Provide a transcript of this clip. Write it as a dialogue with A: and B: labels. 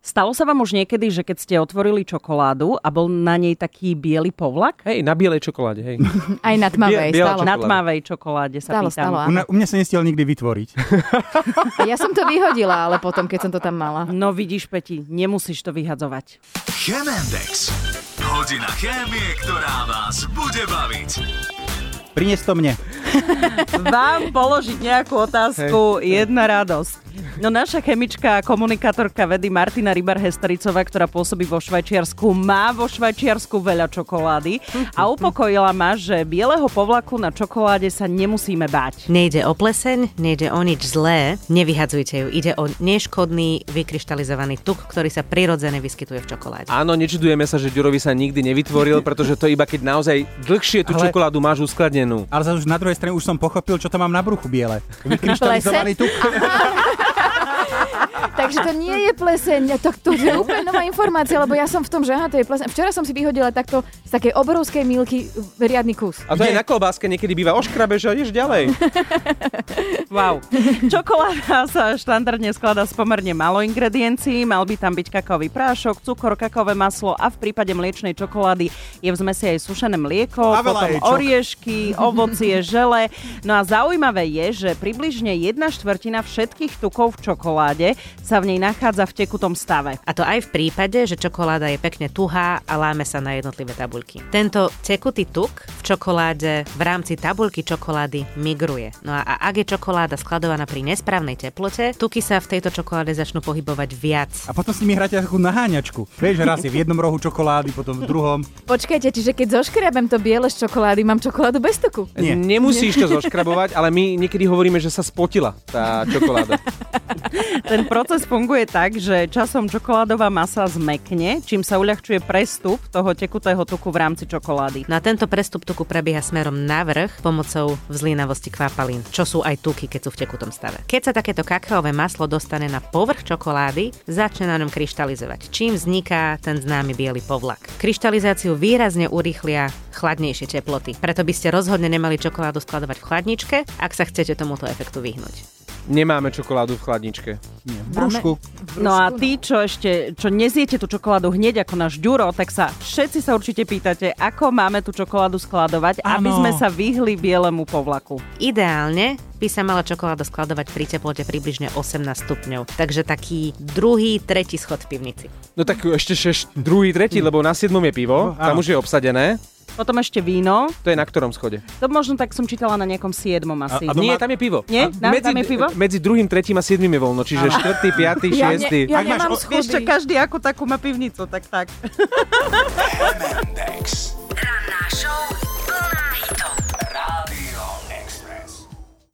A: Stalo sa vám už niekedy, že keď ste otvorili čokoládu a bol na nej taký biely povlak?
B: Hej, na bielej čokoláde, hej.
C: Aj na tmavej,
B: Bie- biela
C: stálo.
A: Na tmavej čokoláde sa
C: Stalo,
A: pýtam.
C: stalo,
D: U,
C: áno.
D: na, u mňa sa nestiel nikdy vytvoriť.
C: A Ja som to vyhodila, ale potom, keď som to tam mala.
A: No vidíš, Peti, nemusíš to vyhadzovať.
E: Chemendex. Hodina chémie, ktorá vás bude baviť.
D: Prines to mne.
A: Vám položiť nejakú otázku, jedna radosť. No naša chemička a komunikátorka vedy Martina Rybar-Hestericová, ktorá pôsobí vo Švajčiarsku, má vo Švajčiarsku veľa čokolády a upokojila ma, že bieleho povlaku na čokoláde sa nemusíme báť.
F: Nejde o pleseň, nejde o nič zlé, nevyhadzujte ju. Ide o neškodný vykryštalizovaný tuk, ktorý sa prirodzene vyskytuje v čokoláde.
B: Áno, nečudujeme sa, že Ďurovi sa nikdy nevytvoril, pretože to iba keď naozaj dlhšie tú
D: Ale-
B: čokoládu máš uskladnenú.
D: Ale zase už na druhej strane už som pochopil, čo to mám na bruchu biele. Vykryštalizovaný tuk.
C: Takže to nie je pleseň, to, to je úplne nová informácia, lebo ja som v tom, že aha, to je pleseň. Včera som si vyhodila takto z takej obrovskej milky riadny kus.
B: A to aj na klobáske niekedy býva oškrabeš a ideš ďalej.
A: Wow. Čokoláda sa štandardne skladá z pomerne malo ingrediencií. Mal by tam byť kakaový prášok, cukor, kakové maslo a v prípade mliečnej čokolády je v zmesi aj sušené mlieko,
D: A veľa
A: potom
D: ječok.
A: oriešky, ovocie, žele. No a zaujímavé je, že približne jedna štvrtina všetkých tukov v čokoláde sa v nej nachádza v tekutom stave.
F: A to aj v prípade, že čokoláda je pekne tuhá a láme sa na jednotlivé tabuľky. Tento tekutý tuk v čokoláde v rámci tabuľky čokolády migruje. No a, a ak je čokoláda skladovaná pri nesprávnej teplote, tuky sa v tejto čokoláde začnú pohybovať viac.
D: A potom s nimi hráte takú naháňačku. Vieš, raz je v jednom rohu čokolády, potom v druhom.
C: Počkajte, čiže keď zoškriabem to biele z čokolády, mám čokoládu bez tuku.
D: Nie.
B: Nemusíš to zoškrabovať, ale my niekedy hovoríme, že sa spotila tá čokoláda.
A: Ten proces funguje tak, že časom čokoládová masa zmekne, čím sa uľahčuje prestup toho tekutého tuku v rámci čokolády.
F: No a tento prestup tuku prebieha smerom navrh pomocou vzlínavosti kvapalín, čo sú aj tuky, keď sú v tekutom stave. Keď sa takéto kakaové maslo dostane na povrch čokolády, začne na ňom kryštalizovať, čím vzniká ten známy biely povlak. Kryštalizáciu výrazne urýchlia chladnejšie teploty, preto by ste rozhodne nemali čokoládu skladovať v chladničke, ak sa chcete tomuto efektu vyhnúť.
B: Nemáme čokoládu v chladničke.
D: Nie, v brúšku.
A: No a tí, čo ešte čo neziete tú čokoládu hneď ako náš Ďuro, tak sa všetci sa určite pýtate, ako máme tú čokoládu skladovať, aby
D: Áno.
A: sme sa vyhli bielemu povlaku.
F: Ideálne by sa mala čokoláda skladovať pri teplote približne 18 stupňov, takže taký druhý, tretí schod v pivnici.
B: No tak ešte šeš, druhý, tretí, lebo na siedmom je pivo, tam
D: áno.
B: už je obsadené.
A: Potom ešte víno.
B: To je na ktorom schode?
A: To možno tak som čítala na nejakom siedmom asi.
D: A- a doma-
B: Nie, tam je pivo.
A: Nie?
B: A
A: Tam- tam je pivo?
B: Medzi druhým, tretím a siedmým je voľno, čiže štvrtý, piatý,
C: Ja, ne,
B: šiestý.
C: ja
D: Ak máš
C: nemám
D: o-
A: Vieš čo,
C: schody.
A: každý ako takú má pivnicu, tak tak.
E: Chemendex.